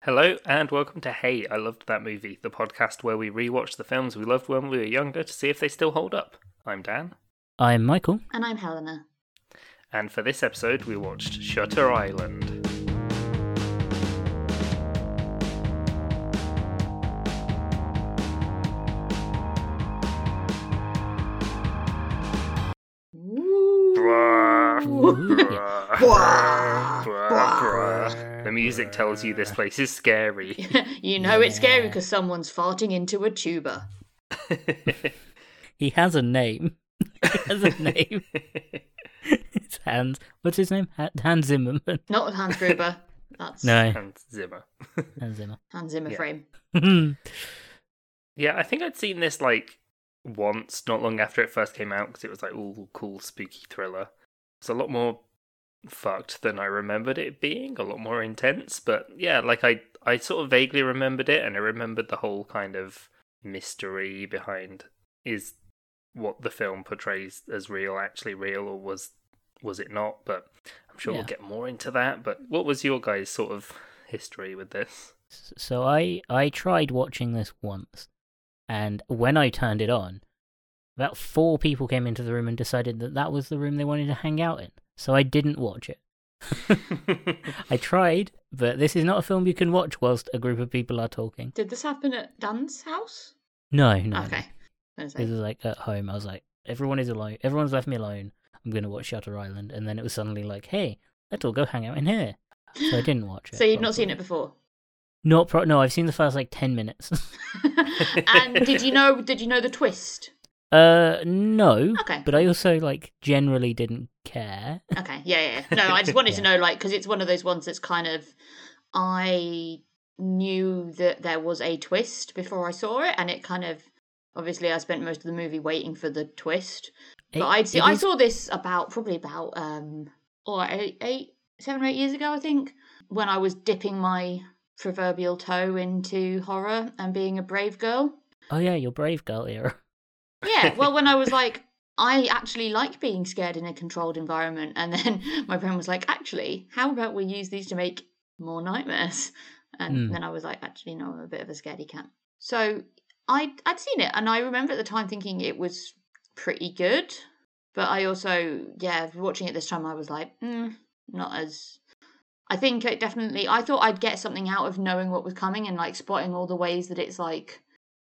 Hello and welcome to Hey, I Loved That Movie, the podcast where we rewatch the films we loved when we were younger to see if they still hold up. I'm Dan, I'm Michael. And I'm Helena. and for this episode we watched Shutter Island. Bruh, bruh, bruh, bruh. The music tells you this place is scary. you know it's scary because someone's farting into a tuba. He has a name. he has a name. it's Hans. What's his name? Ha- Hans Zimmerman. Not Hans Gruber. That's No, and Zimmer. Hans Zimmer. Hmm. Hans Zimmer Yeah. frame. Yeah, I think I'd seen this like once, not long after it first came out, because it was like all cool, spooky thriller. It's a lot more fucked than I remembered it being, a lot more intense. But yeah, like I, I sort of vaguely remembered it, and I remembered the whole kind of mystery behind is what the film portrays as real actually real, or was was it not? But I'm sure we'll Yeah. get more into that. But what was your guys' sort of history with this? so I I tried watching this once, and when I turned it on, about four people came into the room and decided that that was the room they wanted to hang out in. So I didn't watch it. I tried, but this is not a film you can watch whilst a group of people are talking. Did this happen at Dan's house? No, no. no. okay. I was This like, was like at home. I was like, everyone is alone. Everyone's left me alone. I'm gonna watch Shutter Island, and then it was suddenly like, hey, let's all go hang out in here. So I didn't watch it. So you'd not seen it before. Not pro- no, I've seen the first like ten minutes. and did you know did you know the twist? uh, no. Okay. But I also like generally didn't care. Okay, yeah, yeah. yeah. No, I just wanted to know, like, because it's one of those ones that's kind of, I knew that there was a twist before I saw it, and it kind of, obviously, I spent most of the movie waiting for the twist. But It- I'd see, it I is- saw this about probably about um or eight, eight, seven or eight years ago, I think, when I was dipping my proverbial toe into horror and being a brave girl. Oh yeah, you're brave girl era. Yeah, well, when I was like, I actually like being scared in a controlled environment, and then my brain was like, actually, how about we use these to make more nightmares? And Hmm. then I was like, actually, no, I'm a bit of a scaredy cat. So I I'd seen it, and I remember at the time thinking it was pretty good, but I also, yeah, watching it this time, I was like, mm, not as. I think it definitely. I thought I'd get something out of knowing what was coming and like spotting all the ways that it's like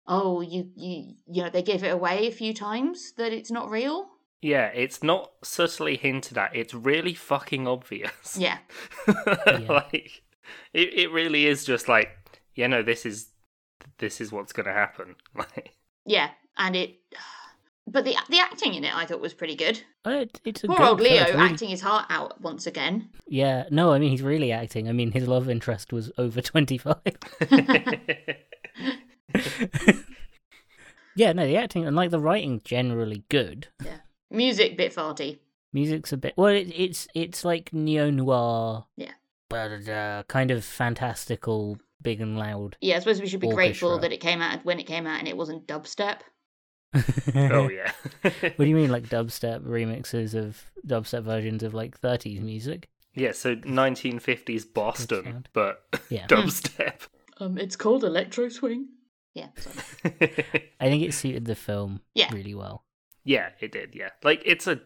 oh you you you know they give it away a few times that it's not real Yeah, it's not subtly hinted at. It's really fucking obvious. yeah like it, it really is just like, you know, this is this is what's gonna happen. Like yeah and it but the the acting in it i thought was pretty good Uh, It, it's a poor good old leo film. It's really- acting his heart out once again Yeah, no, I mean he's really acting. I mean his love interest was over twenty five. yeah, no, the acting and like the writing's generally good. music bit farty Music's a bit well. It, it's it's like neo noir. Yeah. But uh, kind of fantastical, big and loud. yeah i suppose we should be grateful Orchestra. that it came out when it came out and it wasn't dubstep oh yeah. What do you mean, like dubstep remixes of dubstep versions of like 30s music? yeah, so nineteen fifties Boston, sound. but Yeah. dubstep. um it's called electro swing yeah sorry. I think it suited the film Yeah. really well. yeah, it did, yeah. Like it's a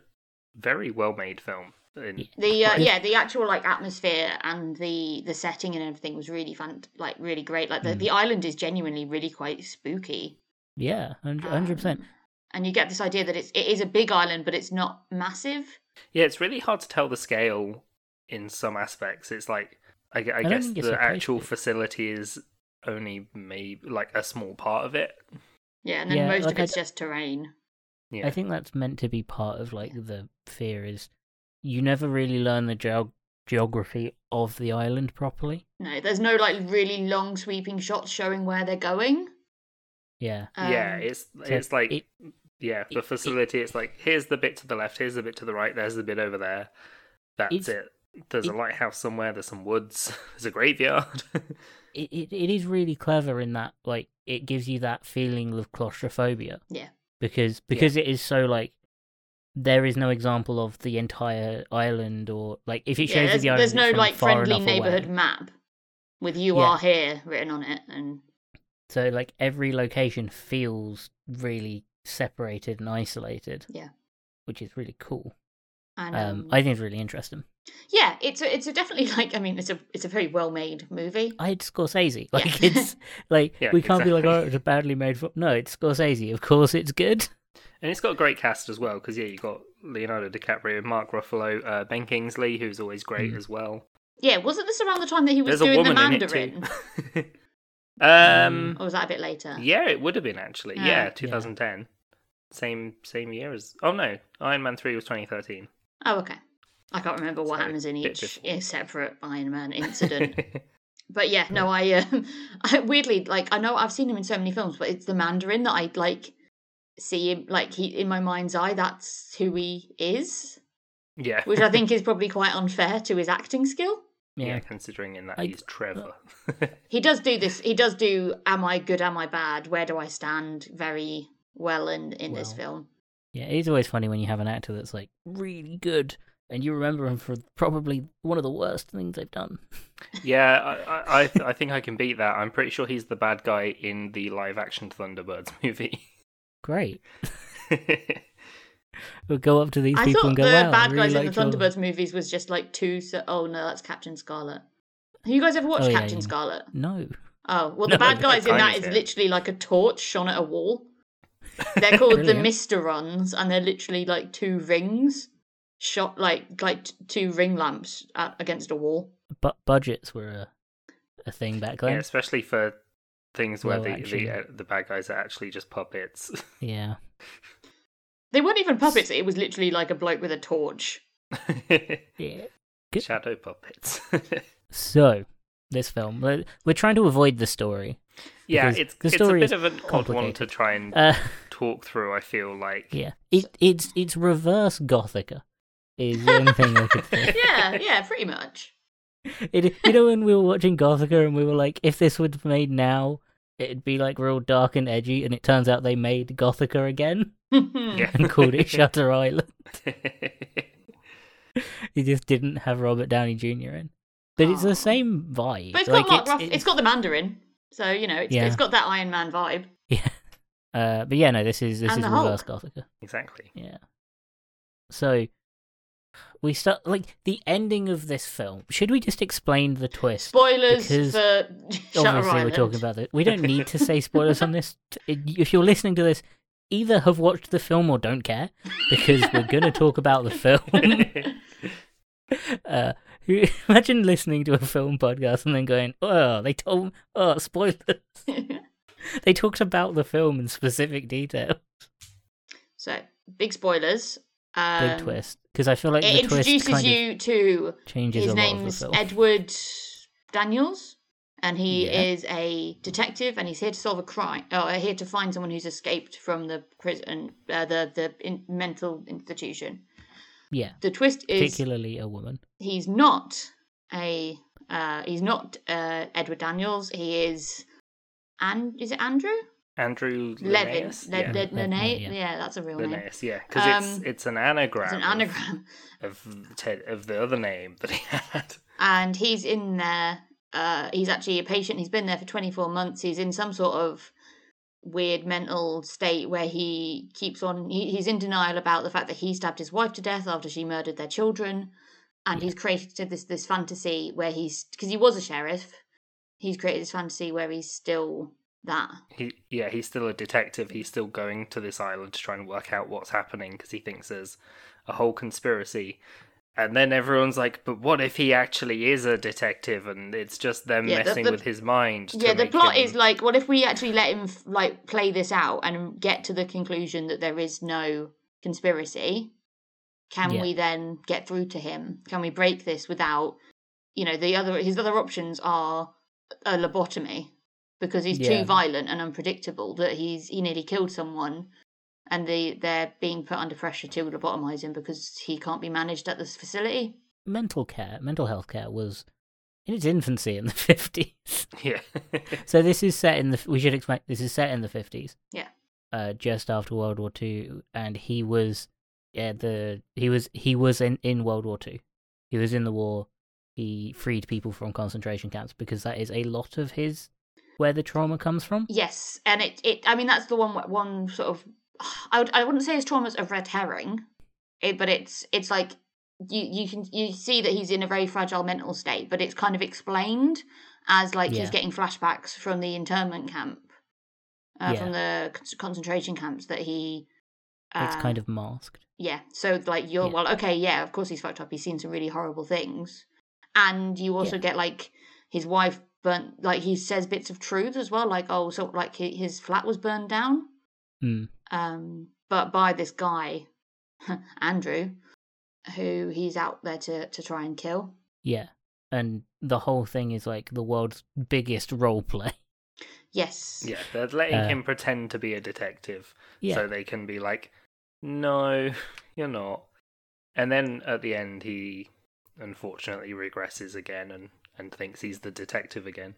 very well made film. And the uh, Right. yeah the actual like atmosphere and the the setting and everything was really fun like really great like the, Mm. the island is genuinely really quite spooky Yeah, 100%. Um, and you get this idea that it's it is a big island, but it's not massive. Yeah, it's really hard to tell the scale in some aspects. It's like I, gu- I I don't guess think it's the replaced actual it. facility is only maybe like a small part of it. Yeah, and then Yeah, most like of I it's d- just terrain. Yeah, I think that's meant to be part of like the fear is you never really learn the geog geography of the island properly. No, there's no like really long sweeping shots showing where they're going. Yeah. yeah, Um, it's So it's like it- yeah, the it- facility. it's like here's the bit to the left, here's the bit to the right, there's the bit over there. That's It's- it. There's a it- lighthouse somewhere. There's some woods. There's a graveyard. it, it, it is really clever in that like it gives you that feeling of claustrophobia Yeah. because because it is so like there is no example of the entire island or like if it yeah, shows you there's, the island there's it's no from like far friendly enough away. neighborhood map. with "You Yeah. are here" written on it, and So like every location feels really separated and isolated. Yeah. Which is really cool. and Um, um, I think it's really interesting. yeah, it's a, it's a definitely like I mean, it's a it's a very well made movie. I had Scorsese. Yeah. Like it's like Yeah, we can't be like, exactly. oh, it's a badly made film. No, it's Scorsese. Of course, it's good. And it's got a great cast as well, because yeah, you got Leonardo DiCaprio, Mark Ruffalo, uh, Ben Kingsley, who's always great Mm. as well. Yeah, wasn't this around the time that he was There's a doing the woman in it Mandarin, too. um, Mm. or was that a bit later? yeah, it would have been actually. Yeah. Yeah, Oh, Ah, Yeah. 2010, same same year as. Oh no, Iron Man three was 2013. Oh, okay. I can't remember what So, happens in bit each different. separate Iron Man incident. But yeah, no, I um, I weirdly like I know I've seen him in so many films, but it's the Mandarin that I like see him like he in my mind's eye. That's who he is, yeah, which I think is probably quite unfair to his acting skill. yeah. Yeah. considering in that I- he's Trevor. He does do this. He does do. Am I good? Am I bad? Where do I stand? Very well in in this Well. film. Yeah, it is always funny when you have an actor that's like really good and you remember him for probably one of the worst things they've done. yeah, I, I I- I think I can beat that. I'm pretty sure he's the bad guy in the live action Thunderbirds movie. Great. We'll go up to these I people thought and the go, wow, I bad really guys in liked the your-" Thunderbirds movies was just like two. So, oh no, that's Captain Scarlet. Have you guys ever watched Oh, yeah, Captain yeah. Scarlet? No. Oh well, No, the bad but guys in kind that of is it. literally like a torch shone at a wall. They're called the Brilliant. Mister Runs, and they're literally like two rings shot like like t- two ring lamps at, against a wall. But budgets were a, a thing back yeah, then. especially for things where Well, the actually- the, uh, the bad guys are actually just puppets. Yeah. They weren't even puppets; it was literally like a bloke with a torch. Yeah. Good. Shadow puppets. So, this film, we're, we're trying to avoid the story. yeah, Because it's the it's a story bit is of an odd one to complicated. try and Uh, talk through. I feel like yeah. It, it's, it's reverse Gothica. Is one thing I could think. Yeah, yeah, pretty much. It, you know when we were watching Gothica and we were like, if this was made now, it'd be like real dark and edgy, and it turns out they made Gothica again yeah. and called it Shutter Island. They just didn't have Robert Downey Jr. in, but it's Aw. the same vibe. But it's like, got Mark Ruff- it's got the Mandarin, so you know it's, Yeah. it's got that Iron Man vibe. Uh, but yeah, no, this is this And is the reverse Gothica. exactly. Yeah. So we start like the ending of this film. Should we just explain the twist? Spoilers Because for Shutter Obviously, Island. we're talking about it. We don't need to say spoilers on this. T- If you're listening to this, either have watched the film or don't care, because we're going to talk about the film. Uh, who- imagine listening to a film podcast and then going, "Oh, they told, oh, spoilers. They talked about the film in specific detail." so big spoilers. Um, Big twist. 'Cause twist, because I feel like it the twist introduces kind of you to changes his a lot of the name's film. Edward Daniels, and he Yeah. is a detective, and he's here to solve a crime. Oh, here to find someone who's escaped from the prison, uh, the the in- mental institution. yeah, The twist is particularly a woman. he's not a uh, he's not uh, Edward Daniels. He is, and is it Andrew Andrew Levin? Linnaeus. Le- yeah. Le- Le- Linnae- yeah. yeah, that's a real name. Linnaeus, yeah, because Um, it's it's an anagram. It's an of- anagram. of Ted of the other name that he had. and he's in there. Uh, he's actually a patient. He's been there for 24 months. He's in some sort of weird mental state where he keeps on. He, he's in denial about the fact that he stabbed his wife to death after she murdered their children, and he's created this this fantasy where he's because he was a sheriff. He's created this fantasy where he's still that. He, yeah, he's still a detective. He's still going to this island to try and work out what's happening because he thinks there's a whole conspiracy. And then everyone's like, "But what if he actually is a detective and it's just them Yeah, the- messing the- with his mind?" to yeah, the make plot him- is like, what if we actually let him f- like play this out and get to the conclusion that there is no conspiracy? Can Yeah. we then get through to him? Can we break this without, you know, the other his other options are a lobotomy because he's Yeah. too violent and unpredictable that he's he nearly killed someone, and they they're being put under pressure to lobotomize him because he can't be managed at this facility. Mental care, mental health care was in its infancy in the fifties. yeah, So this is set in the. We should expect this is set in the fifties. Yeah. Uh, just after World War Two, and he was, yeah, the he was he was in in World War Two. He was in the war. He freed people from concentration camps because that is a lot of his where the trauma comes from. Yes, and it, it I mean that's the one one sort of I would, I wouldn't say his trauma's a red herring, it, but it's it's like you you can you see that he's in a very fragile mental state, but it's kind of explained as like Yeah. he's getting flashbacks from the internment camp, uh, Yeah. from the con- concentration camps that he. Um, it's kind of masked. yeah. So like you're Yeah. well, okay, yeah, of course he's fucked up. He's seen some really horrible things, and you also Yeah. get like his wife burnt. Like he says bits of truth as well. Like oh, so like hi- his flat was burned down, Mm. um, but by this guy Andrew, who he's out there to to try and kill. Yeah. And the whole thing is like the world's biggest role play. Yes. Yeah, they're letting Uh, him pretend to be a detective Yeah. so they can be like, no, you're not. And then at the end, he unfortunately regresses again and, and thinks he's the detective again.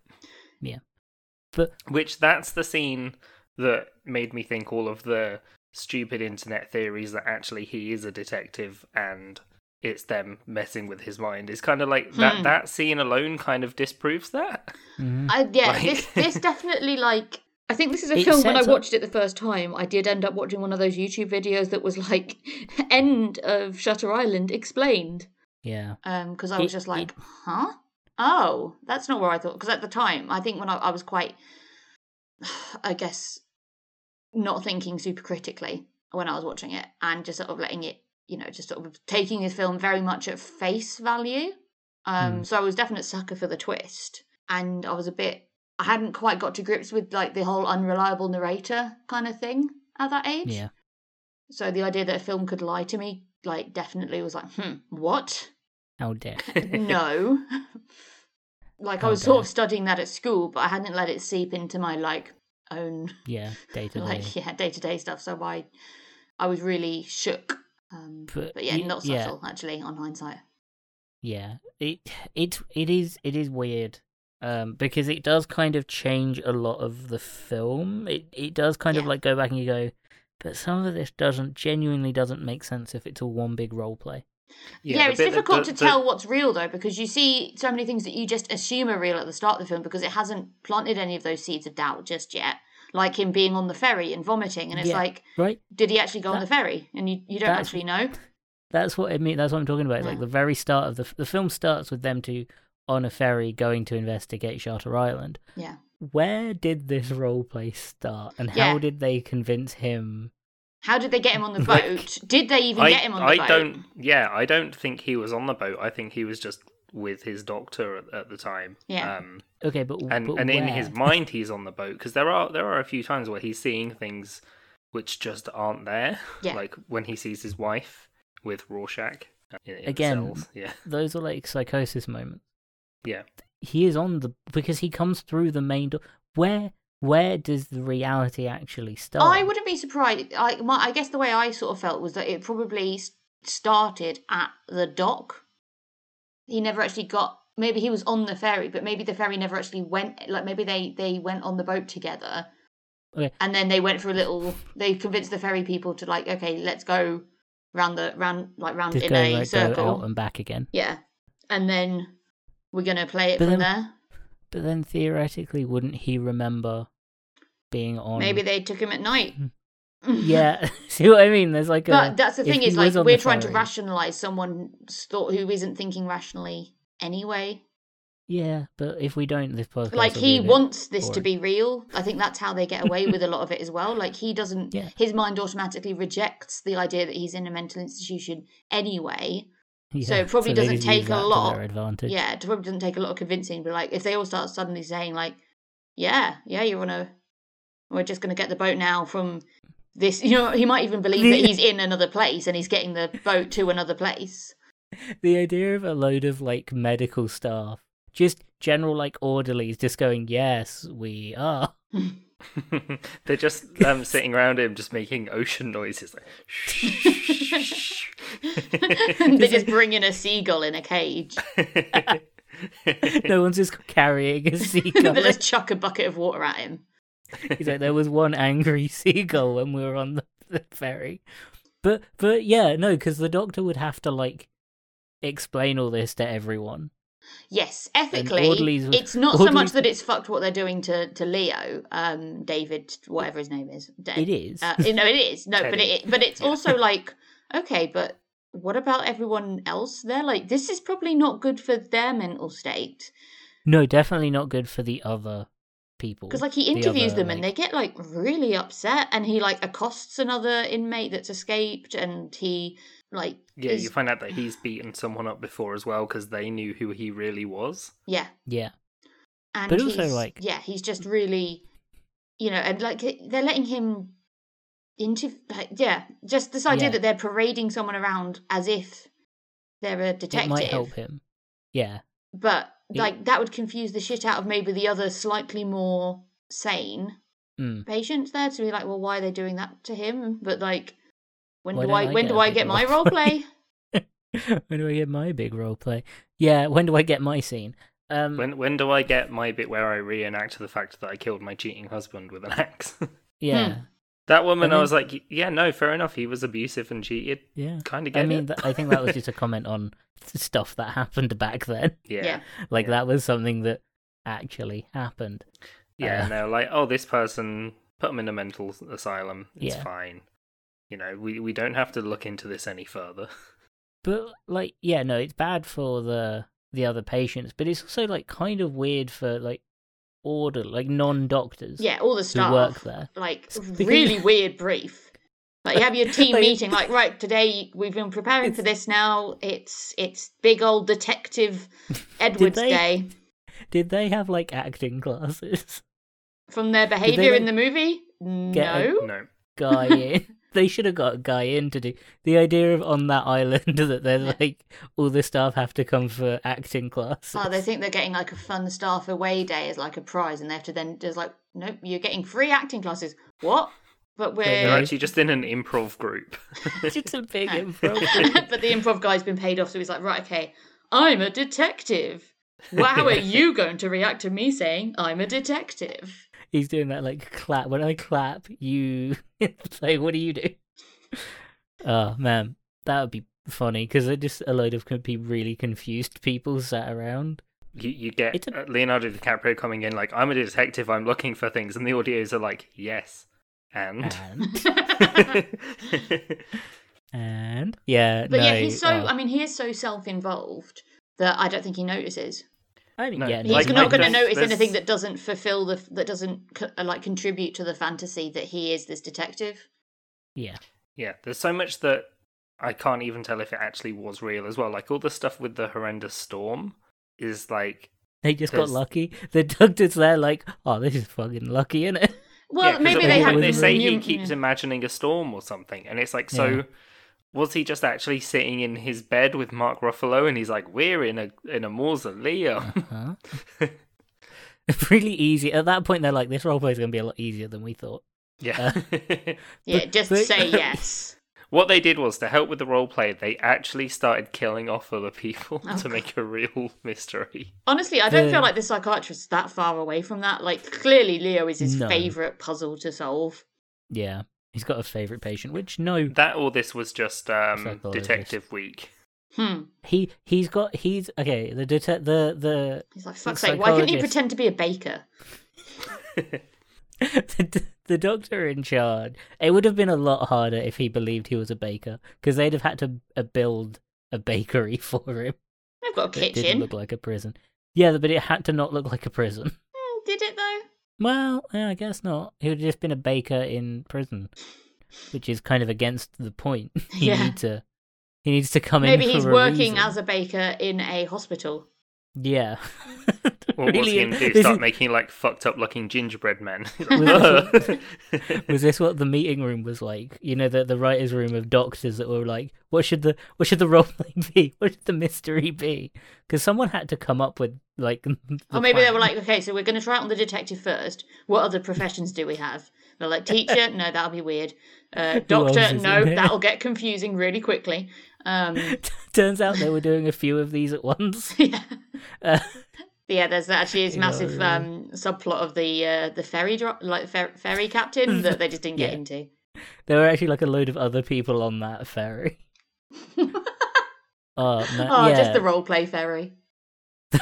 but Which that's the scene that made me think all of the stupid internet theories that actually he is a detective and it's them messing with his mind is kind of like Hmm. that that scene alone kind of disproves that Mhm. I, yeah, Like- this this definitely like I think this is a It film when I sets up- watched it the first time. I did end up watching one of those YouTube videos that was like end of Shutter Island explained yeah. um because I was It- just like, huh? Oh, that's not where I thought. Because at the time, I think when I, I was quite, I guess, not thinking super critically when I was watching it and just sort of letting it, you know, just sort of taking this film very much at face value. Um, Hmm. so I was definite sucker for the twist, and I was a bit, I hadn't quite got to grips with like the whole unreliable narrator kind of thing at that age. Yeah. So the idea that a film could lie to me, like, definitely was like, hmm, what? How dare. no. like I Oh, was sort dear. of studying that at school, but I hadn't let it seep into my like own Yeah. Day to day. like yeah day to day stuff. So I I was really shook. Um, But but, yeah, you- not yeah. subtle actually on hindsight. Yeah. It it it is it is weird. Um, because it does kind of change a lot of the film. It it does kind of Yeah. like go back and you go, but some of this doesn't genuinely doesn't make sense if it's all one big role play. Yeah, the it's bit that- difficult the- to the- tell what's real though because you see so many things that you just assume are real at the start of the film because it hasn't planted any of those seeds of doubt just yet. Like him being on the ferry and vomiting, and it's Yeah. like, Right? did he actually go That- on the ferry? And you, you don't that's- actually know. That's what I mean. That's what I'm talking about. It's Like Yeah. the very start of the f- the film starts with them two on a ferry going to investigate Shutter Island. Yeah. Where did this role play start, and Yeah. how did they convince him? How did they get him on the Like, boat? Did they even I, get him on the I boat? don't. Yeah, I don't think he was on the boat. I think he was just with his doctor at, at the time. Yeah. Um, Okay, but and but and in where? his mind, he's on the boat because there are there are a few times where he's seeing things which just aren't there. Yeah. Like when he sees his wife with Rorschach. uh, In, in the Again. cells. Yeah. those are like psychosis moments. Yeah. He is on the because he comes through the main door. Where where does the reality actually start? I wouldn't be surprised. I, my, I guess the way I sort of felt was that it probably s- started at the dock. He never actually got. Maybe he was on the ferry, but maybe the ferry never actually went. Like maybe they they went on the boat together, Okay. and then they went for a little. They convinced the ferry people to like, okay, let's go round the round like round Just in go, a like, go circle. out and back again. Yeah, and then we're gonna play it But from then- there. But then theoretically, wouldn't he remember being on? Maybe they took him at night. Yeah, see what I mean? There's like a. But that's the if thing he is like was on we're the trying to ferry- rationalize someone's thought who isn't thinking rationally anyway. Yeah, but if we don't, this podcast. like will be he a bit- wants this to boring. be real. I think that's how they get away with a lot of it as well. Like he doesn't Yeah. his mind automatically rejects the idea that he's in a mental institution anyway. so it probably they doesn't just take use a that to lot. Their advantage. Yeah, it probably doesn't take a lot of convincing, but like if they all start suddenly saying like, Yeah, yeah, you wanna we're just gonna get the boat now from this you know, he might even believe that he's in another place and he's getting the boat to another place. The idea of a load of like medical staff, just general like orderlies, just going, "Yes, we are." They're just um, sitting around him, just making ocean noises. Like, they just bring in a seagull in a cage. no one's just carrying a they seagull. just chuck a bucket of water at him. He's like, there was one angry seagull when we were on the, the ferry. But but yeah, no, because the doctor would have to like explain all this to everyone. Yes, ethically, Audley's- it's not so much Audley's- that it's fucked what they're doing to to Leo, um, David, whatever his name is. Da- It is. Uh, no, it is no, but Teddy. it but it's Yeah. also like okay, but what about everyone else? They're like this is probably not good for their mental state no, definitely not good for the other people. because like he The interviews other, them and they like- get like really upset, and he like accosts another inmate that's escaped, and he like Yeah, is- you find out that he's beaten someone up before as well because they knew who he really was. yeah. Yeah. and But also, he's- like- yeah he's just really you know and like they're letting him into like yeah just this idea Yeah. that they're parading someone around as if they're a It detective might help him. Yeah. but Yeah. like that would confuse the shit out of maybe the other slightly more sane Mm. patients there to be like well why are they doing that to him but like when Why do don't i I when get do a i big get my role role play when do I get my big role play? Yeah, when do I get my scene? Um When when do I get my bit where I reenact the fact that I killed my cheating husband with an axe? Hmm. yeah. that woman, And I then- was like, yeah, no, fair enough. He was abusive and cheated. Yeah. Kind of get I mean, it. th- I think that was just a comment on stuff that happened back then. yeah, yeah. Yeah. Like Yeah. that was something that actually happened. Uh. and they're like, oh, this person put him in a mental asylum. It's Yeah. fine. You know, we we don't have to look into this any further. But like, yeah, no, it's bad for the the other patients, but it's also like kind of weird for like order, like non doctors. yeah all the who work staff there. like It's because- really weird brief. Like you have your team Like- meeting, like right today we've been preparing for this now. It's it's big old detective Edwards they- day Did they have like acting classes? from their behaviour in like, the movie. get a- No, no, Guy in. They should have got a guy in to do the idea of on that island that they're like all the staff have to come for acting classes. oh, they think they're getting like a fun staff away day as like a prize, and they have to then just like, nope, you're getting free acting classes. What? But they're Yeah. we're. actually just in an improv group. it's a big No. improv. but the improv guy's been paid off, so he's like, right, okay, I'm a detective. How are you going to react to me saying I'm a detective? He's doing that like clap. When I clap, you it's like, what do you do? Oh man, that would be funny because they're just a load of could be really confused people sat around. you you get It's a- uh, Leonardo DiCaprio coming in like I'm a detective, I'm looking for things, and the audios are like yes, and. And Uh. but and yeah, no, yeah, he's so. uh, oh, I mean, he is so self-involved that I don't think he notices. I mean, no, yeah, And He's like, not I going to don't- notice there's- anything that doesn't fulfill the that doesn't co- uh, like contribute to the fantasy that he is this detective. yeah, Yeah, there's so much that I can't even tell if it actually was real as well. Like all the stuff with the horrendous storm is like they just got There's- lucky. The doctor's there, like, oh, this is fucking lucky, isn't it? Well, yeah, 'cause maybe at they one have. point they say he new- keeps yeah. imagining a storm or something, and it's like so. Yeah. Was he just actually sitting in his bed with Mark Ruffalo, and he's like, "We're in a in a mausoleum." Huh? really easy. At that point, they're like, this roleplay is going to be a lot easier than we thought. yeah. Uh. Yeah, just They- say yes. what they did was to help with the role play. They actually started killing off other people Oh, to make a real mystery. Honestly, I don't The- feel like the psychiatrist's that far away from that. Like, clearly, Leo is his No. favorite puzzle to solve. Yeah, he's got a favorite patient, which no, That all this was just um, Psychologist. Detective Week. Hmm. he he's got he's okay. The detect the the He's like, fuck's sake, why couldn't he Psychologist. pretend to be a baker? the, d- the doctor in charge. It would have been a lot harder if he believed he was a baker, because they'd have had to uh, build a bakery for him. I've got a It didn't kitchen. look like a prison. Yeah, but it had to not look like a prison. Hmm, did it though? Well, yeah, I guess not. He would have just been a baker in prison, which is kind of against the point. He Yeah. need to. He needs to come in. Maybe for he's a working reason. as a baker in a hospital. Yeah. Or what's he going to do? this Start is- making like fucked up looking gingerbread men? Was was this what the meeting room was like? You know, the the writers' room of doctors that were like, "What should the what should the role play be? What should the mystery be?" Because someone had to come up with like. the or maybe they plan. were like, okay, so we're going to try it on the detective first. What other professions do we have? They're like, teacher, no, that'll be weird. Uh, else doctor, is no, in there? that'll get confusing really quickly. Um, Turns out they were doing a few of these at once. yeah. Uh, yeah, there's actually this You know, massive yeah. um, subplot of the uh, the ferry dro- like fer- ferry captain that they just didn't get Yeah. into. there were actually like a load of other people on that ferry. oh, man, Oh, Uh, yeah. just the role play ferry.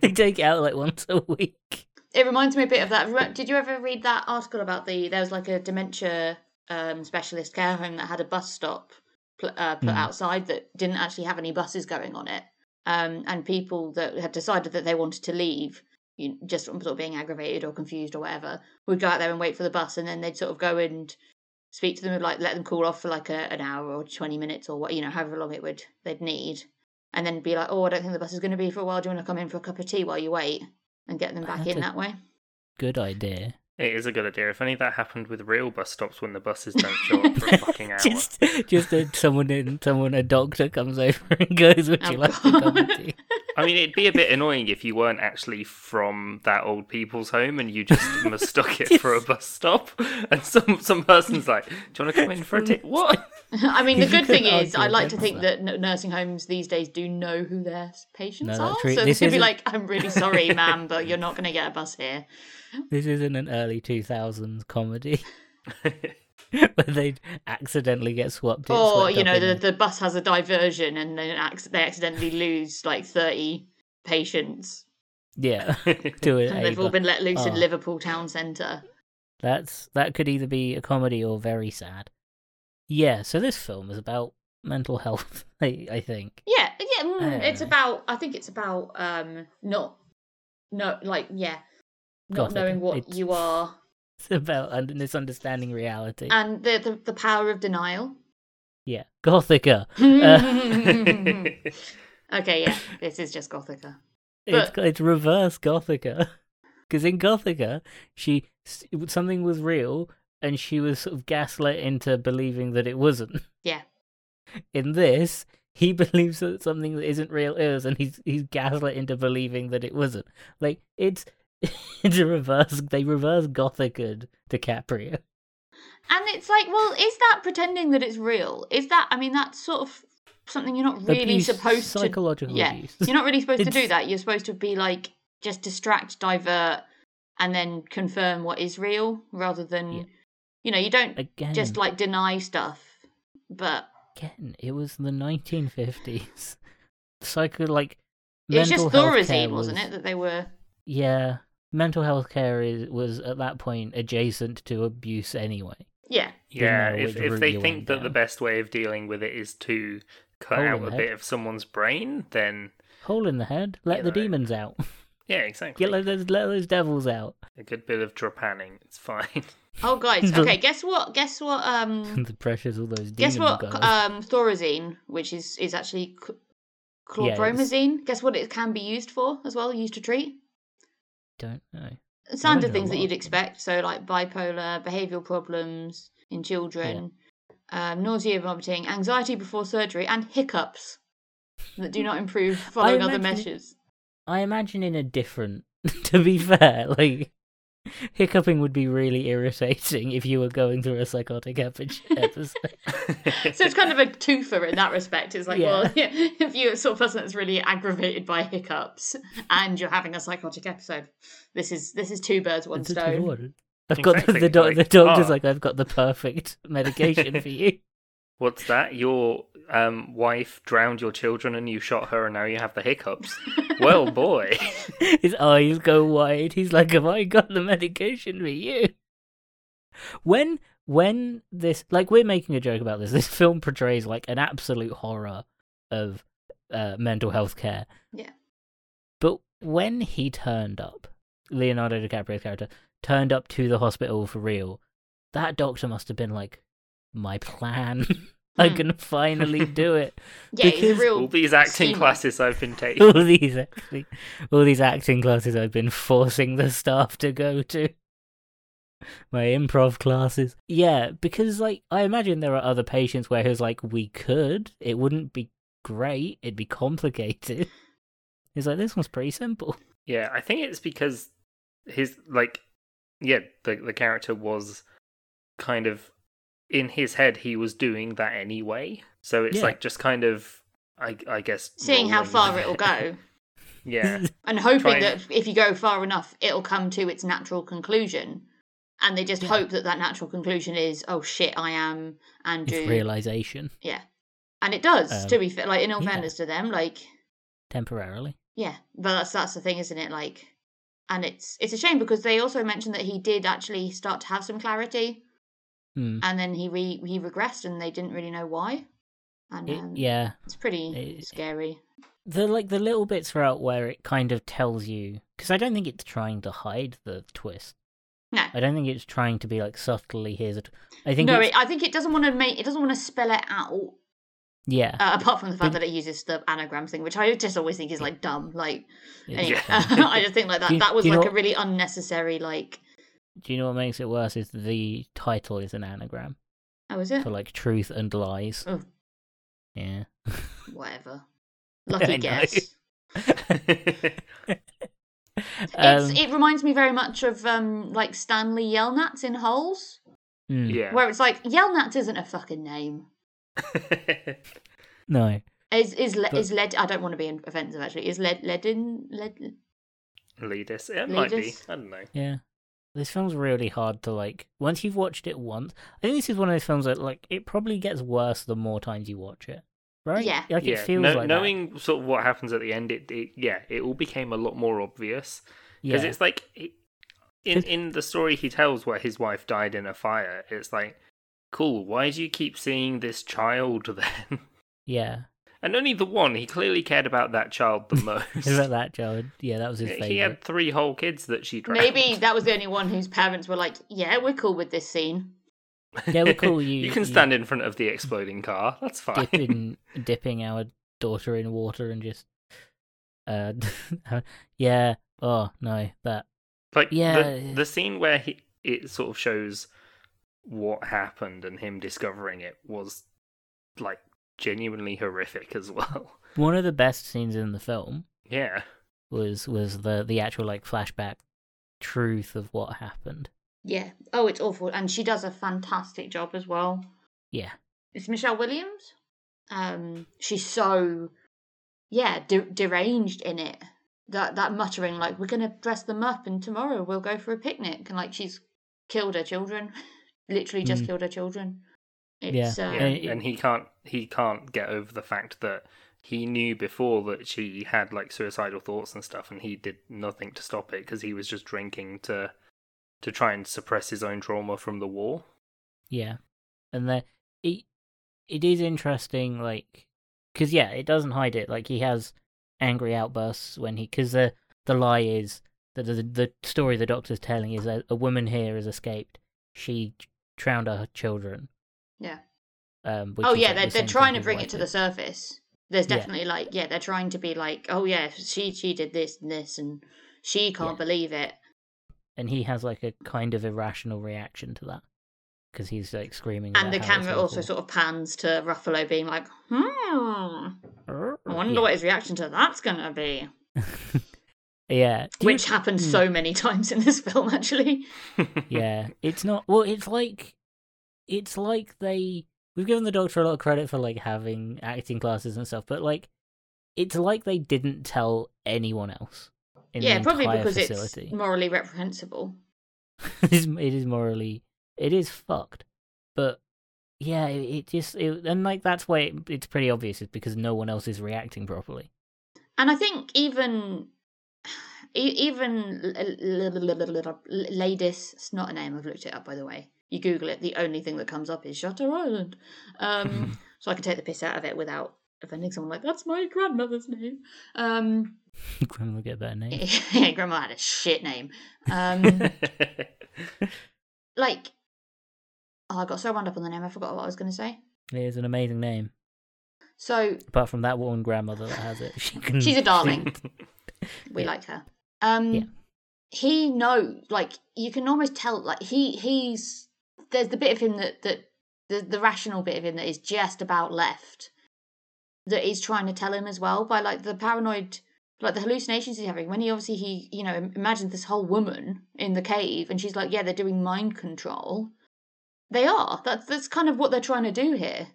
they take it out like once a week. It reminds me a bit of that. re- Did you ever read that article about the there was like a dementia um, specialist care home that had a bus stop pl- uh, put Hmm. outside that didn't actually have any buses going on it, um, and people that had decided that they wanted to leave, you, just from sort of being aggravated or confused or whatever, would go out there and wait for the bus, and then they'd sort of go and speak to them and like let them cool off for like a, an hour or twenty minutes or what you know however long it would they'd need, and then be like, oh, I don't think the bus is going to be for a while. Do you want to come in for a cup of tea while you wait? and get them Wow, back that's in a- that way. Good idea. It is a good idea. If only that happened with real bus stops when the buses don't show up for a fucking hour. just, just a, someone, in, someone, a doctor comes over and goes, "Would you Oh, like to come God. and tea?" I mean, it'd be a bit annoying if you weren't actually from that old people's home and you just mistook it for a bus stop, and some some person's like, "Do you want to come in for a tea?" What? I mean, the You could good thing is, I argue like to against think that. that n- nursing homes these days do know who their patients No, are. that's true. So This they could be isn't- like, "I'm really sorry, ma'am, but you're not going to get a bus here." This isn't an early two thousands comedy where they accidentally get swapped. in- Or swept Oh, you up know, in the, a- the bus has a diversion and then acc- they accidentally lose like thirty patients, yeah, to an and they've A all bus. been let loose in Ah. Liverpool town centre. That's that could either be a comedy or very sad. Yeah, so this film is about mental health. I, I think. Yeah, yeah. mm, it's Uh. about. I think it's about um not, no, like yeah, not Gothic. knowing what It's- you are It's about under, misunderstanding reality. and the the, the power of denial. yeah, Gothica. Uh. okay, yeah, this is just Gothica. It's But- it's it's reverse Gothica. Because in Gothica, she s- something was real, and she was sort of gaslit into believing that it wasn't. Yeah. In this, he believes that something that isn't real is, and he's he's gaslit into believing that it wasn't. Like it's it's a reverse. They reverse Gothica DiCaprio. And it's like, well, is that pretending that it's real? Is that, I mean, that's sort of something you're not really Abuse, supposed to. psychological Yeah. abuse. You're not really supposed to do It's- that. You're supposed to be like, just distract, divert, and then confirm what is real rather than, Yeah. you know, you don't Again, just like deny stuff. But again, it was the 1950s. Psycho like it was mental just health Thorazine, care wasn't was- it, that they were. Yeah, mental health care is, was at that point adjacent to abuse anyway. Yeah. Yeah, know if which if route they you think went that the down. best way of dealing with it is to cut Hole in out the a head. bit of someone's brain, then Hole in the head, let You the know. demons out. yeah, exactly. Get let those, let those devils out. A good bit of trepanning, it's fine. Oh, guys. The- Okay, guess what? Guess what? Um, the pressures all those demons. Guess what? Guys. Um, thorazine, which is is actually cl- Yeah, it's- chlorpromazine. Guess what? It can be used for as well. Used to treat Don't know. standard know a things that lot you'd of them. expect. So like bipolar, behavioural problems in children, um, nausea, vomiting, anxiety before surgery, and hiccups that do not improve following other imagine- measures. I imagine in a different. to be fair, like hiccuping would be really irritating if you were going through a psychotic epi- episode. So it's kind of a twofer in that respect. It's like, well, Yeah. if you're the sort of person that's really aggravated by hiccups and you're having a psychotic episode, this is this is two birds, one It's a stone. reward. I've got Exactly, the, the, doc- like, the doctor's oh. like, I've got the perfect medication for you. What's that? Your um, wife drowned your children and you shot her, and now you have the hiccups. well, boy. His eyes go wide. He's like, "Have I got the medication for you?" When when this like we're making a joke about this. This film portrays like an absolute horror of uh, mental health care. Yeah. But when he turned up, Leonardo DiCaprio's character turned up to the hospital for real. That doctor must have been like, "My plan. I Hmm. can finally do it." Yeah, he's Because- a real. All these acting schema. classes I've been taking. all these actually, all these acting classes I've been forcing the staff to go to. My improv classes. Yeah, because like I imagine there are other patients where he's like, we could. It wouldn't be great. It'd be complicated. He's like, this one's pretty simple. Yeah, I think it's because his like yeah, the the character was kind of in his head he was doing that anyway. So it's Yeah. like just kind of I I guess Seeing how rolling far with it'll go Yeah. and hoping Trying- that if you go far enough, it'll come to its natural conclusion. And they just hope that that natural conclusion is, oh shit, I am Andrew. It's realization Yeah. And it does, Um, to be fair. Like, in all yeah. fairness to them, like, temporarily. Yeah, but that's that's the thing, isn't it? Like, and it's it's a shame because they also mentioned that he did actually start to have some clarity, Hmm. and then he re- he regressed, and they didn't really know why. And It- um, yeah. it's pretty it- scary. The like the little bits are out where it kind of tells you because I don't think it's trying to hide the twist. No, I don't think it's trying to be like subtly here's a. T- I think no, it's, it, I think it doesn't want to make it doesn't want to spell it out. yeah, Uh, apart from the fact But- that it uses the anagram thing, which I just always think is like dumb. Like, it's anyway, fine. I just think like that Do you- that was do you like know- a really unnecessary like. Do you know what makes it worse is the title is an anagram Oh, is it? for like truth and lies. Oh. Yeah. Whatever. I Lucky know. guess. Um, it's, e it reminds me very much of um like Stanley Yelnats in Holes, mm, yeah. where it's like Yelnats isn't a fucking name. No. Is is le- But- is led? I don't want to be offensive actually. Is led Ledin led? Leadus. It might be. Leadus. I don't know. Yeah. This film's really hard to like. Once you've watched it once, I think this is one of those films that like it probably gets worse the more times you watch it, right? Yeah. Like yeah. it feels kno- like that. knowing sort of what happens at the end, it, it yeah, it all became a lot more obvious. yeah. because it's like he- in in the story he tells where his wife died in a fire it's like cool why do you keep seeing this child then yeah. and only the one he clearly cared about that child the most Is that that, Jared? Yeah, that was his favorite. he had three whole kids that she drowned. Maybe that was the only one whose parents were like, "Yeah, we're cool with this scene." Yeah, we're cool, you- you can you- stand in front of the exploding car that's fine dipping dipping our daughter in water and just uh yeah oh no that like Yeah. the, the scene where he it sort of shows what happened and him discovering it was like genuinely horrific as well one of the best scenes in the film yeah was was the the actual like flashback truth of what happened Yeah. Oh, it's awful, and she does a fantastic job as well. yeah it's Michelle Williams. Um, she's so yeah de- deranged in it. That that muttering like we're gonna dress them up and tomorrow we'll go for a picnic and like she's killed her children, literally just Mm. killed her children. Yeah. It's, Yeah, Uh, And it- and he can't he can't get over the fact that he knew before that she had like suicidal thoughts and stuff, and he did nothing to stop it because he was just drinking to to try and suppress his own trauma from the war. yeah and then it it is interesting like because yeah it doesn't hide it like he has angry outbursts when he because the the lie is that the, the story the doctor's telling is that a woman here has escaped she drowned her children yeah. um which Oh is, yeah, like, they're the they're same trying thing to his bring wife it to did. the surface. There's Yeah. definitely like yeah, they're trying to be like oh yeah, she she did this and this and she can't believe it. and he has like a kind of irrational reaction to that because he's like screaming And the about how it's camera also awful. sort of pans to Ruffalo being like, hmm, I wonder yeah. what his reaction to that's going to be. yeah Do you- Which happened Mm. so many times in this film, actually. yeah, it's not. Well, it's like, it's like they. We've given the Doctor a lot of credit for like having acting classes and stuff, but like, it's like they didn't tell anyone else. In yeah, the probably entire because facility. it's morally reprehensible. it is it is morally it is fucked, but yeah, it, it just it, and like that's why it, it's pretty obvious is because no one else is reacting properly. And I think even. e- Even Ladis, it's not a name, I've looked it up by the way. You Google it, the only thing that comes up is Shutter Island. Um, so I can take the piss out of it without offending someone like, that's my grandmother's name. Um, Grim will get a better name. yeah, grandma had a shit name. Um, like, oh, I got so wound up on the name, I forgot what I was going to say. It is an amazing name. So Apart from that one grandmother that has it, she can. she's a darling. we like her. Um, Yeah. he knows. Like, you can almost tell. Like, he he's there's the bit of him that that the the rational bit of him that is just about left. That is trying to tell him as well by like the paranoid. Like the hallucinations he's having, when he obviously he you know imagines this whole woman in the cave, and she's like, "Yeah, they're doing mind control." They are. That's that's kind of what they're trying to do here.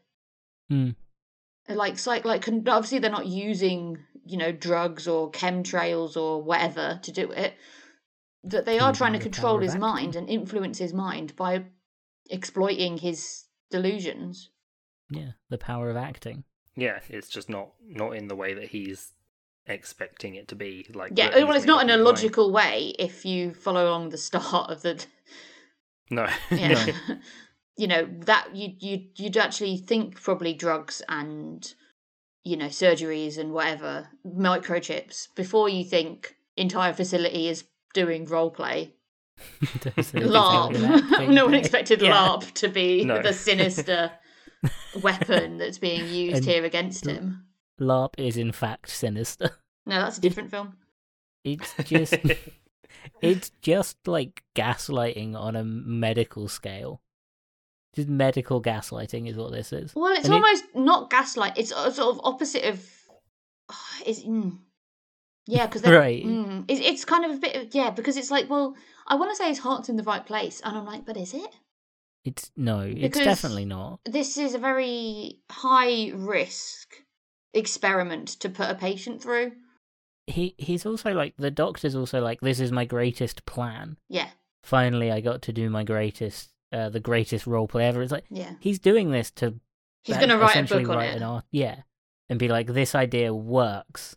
Hmm. like psych like con- obviously they're not using you know drugs or chemtrails or whatever to do it that they are Feeding trying to the control power his back. mind and influence his mind by exploiting his delusions Yeah, the power of acting. yeah, it's just not not in the way that he's expecting it to be. Like Yeah, that he's well, it's made not up in a his mind. logical way if you follow along the start of the No. yeah. you know that you you you'd actually think probably drugs and you know surgeries and whatever microchips before you think entire facility is doing role play larp no one expected Yeah. larp to be No. the sinister weapon that's being used And- here against him LARP is in fact sinister. no that's a different film It's just it's just like gaslighting on a medical scale. Just medical gaslighting is what this is. well it's And it- almost not gaslight it's a sort of opposite of is mm, yeah because Right. Mm, it, it's kind of a bit, of- yeah, because it's like, well, I want to say his heart's in the right place, and I'm like, but is it? It's no, it's Because- definitely not. This is a very high risk experiment to put a patient through. He he's also like the doctor's also like this is my greatest plan. Yeah, Finally, I got to do my greatest, uh, the greatest role play ever. It's like yeah. he's doing this to He's that going to write a essentially book on write it. an art- yeah, and be like, this idea works.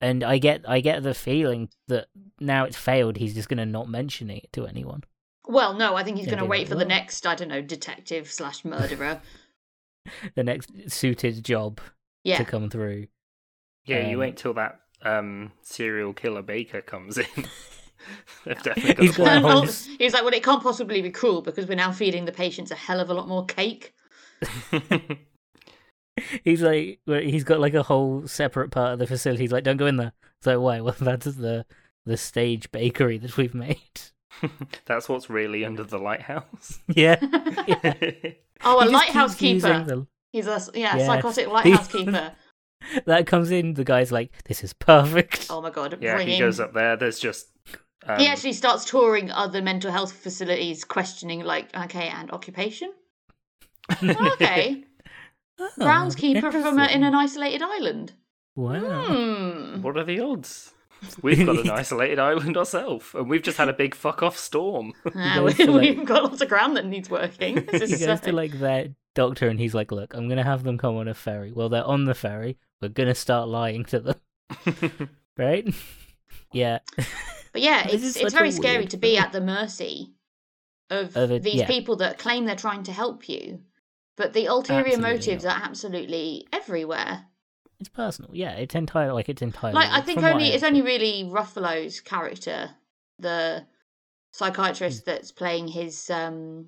And I get, I get the feeling that now it's failed. He's just going to not mention it to anyone. Well, no, I think he's It'd going to be wait like, for the well. next, I don't know, detective slash murderer. The next suited job Yeah, to come through. yeah, you Um, wait till that um, serial killer baker comes in. They've definitely He's got a got a plan. and whole- all- he was like, well, it can't possibly be cruel because we're now feeding the patients a hell of a lot more cake. He's like, well, he's got like a whole separate part of the facility. He's like, don't go in there. It's like, why? Well, that's the the stage bakery that we've made. That's what's really under the lighthouse. yeah. oh, yeah. a He just keeps lighthouse using keeper. the- He's a s- yeah, Yes. psychotic lighthouse keeper. that comes in. The guy's like, this is perfect. Oh my god, Yeah, ringing. he goes up there. There's just. Um, he actually starts touring other mental health facilities, questioning like, okay, and occupation. Okay, Oh, groundskeeper from a, in interesting. an isolated island. Wow. Hmm. What are the odds? We've got an isolated island ourselves, and we've just had a big fuck off storm. Ah, goes we, to, like- We've got lots of ground that needs working. This he is goes to so- like their doctor and he's like, "Look, I'm gonna have them come on a ferry. Well, they're on the ferry. We're gonna start lying to them, right? yeah, But yeah, This it's is it's such a very scary weird to be film. at the mercy of Of it, these yeah. people that claim they're trying to help you, but the ulterior Absolutely motives not. are absolutely everywhere. it's personal. Yeah, it's entirely like it's entirely. like I think from what only it's only understand. really Ruffalo's character, the Hmm. psychiatrist that's playing his um,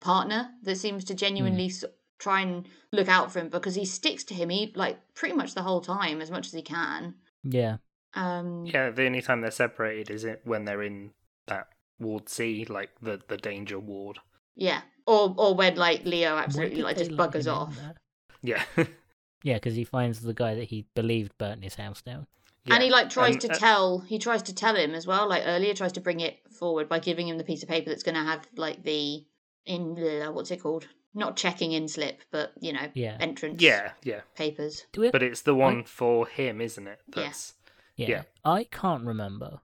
partner, that seems Hmm. to genuinely s try and look out for him because he sticks to him he, like pretty much the whole time as much as he can. Yeah, Um, yeah, the only time they're separated is it when they're in that ward C, like the the danger ward. yeah. Or or when like Leo Why absolutely did like they just let buggers him in off, there? Yeah, Yeah, because he finds the guy that he believed burnt his house down. Yeah. and he like tries Um, to uh, tell he tries to tell him as well. Like earlier, tries to bring it forward by giving him the piece of paper that's going to have like the in uh, what's it called? Not checking in slip, but you know Yeah, entrance Yeah, yeah, papers. do it. but it's the one for him, isn't it? Yeah. That's yeah. yeah. I can't remember.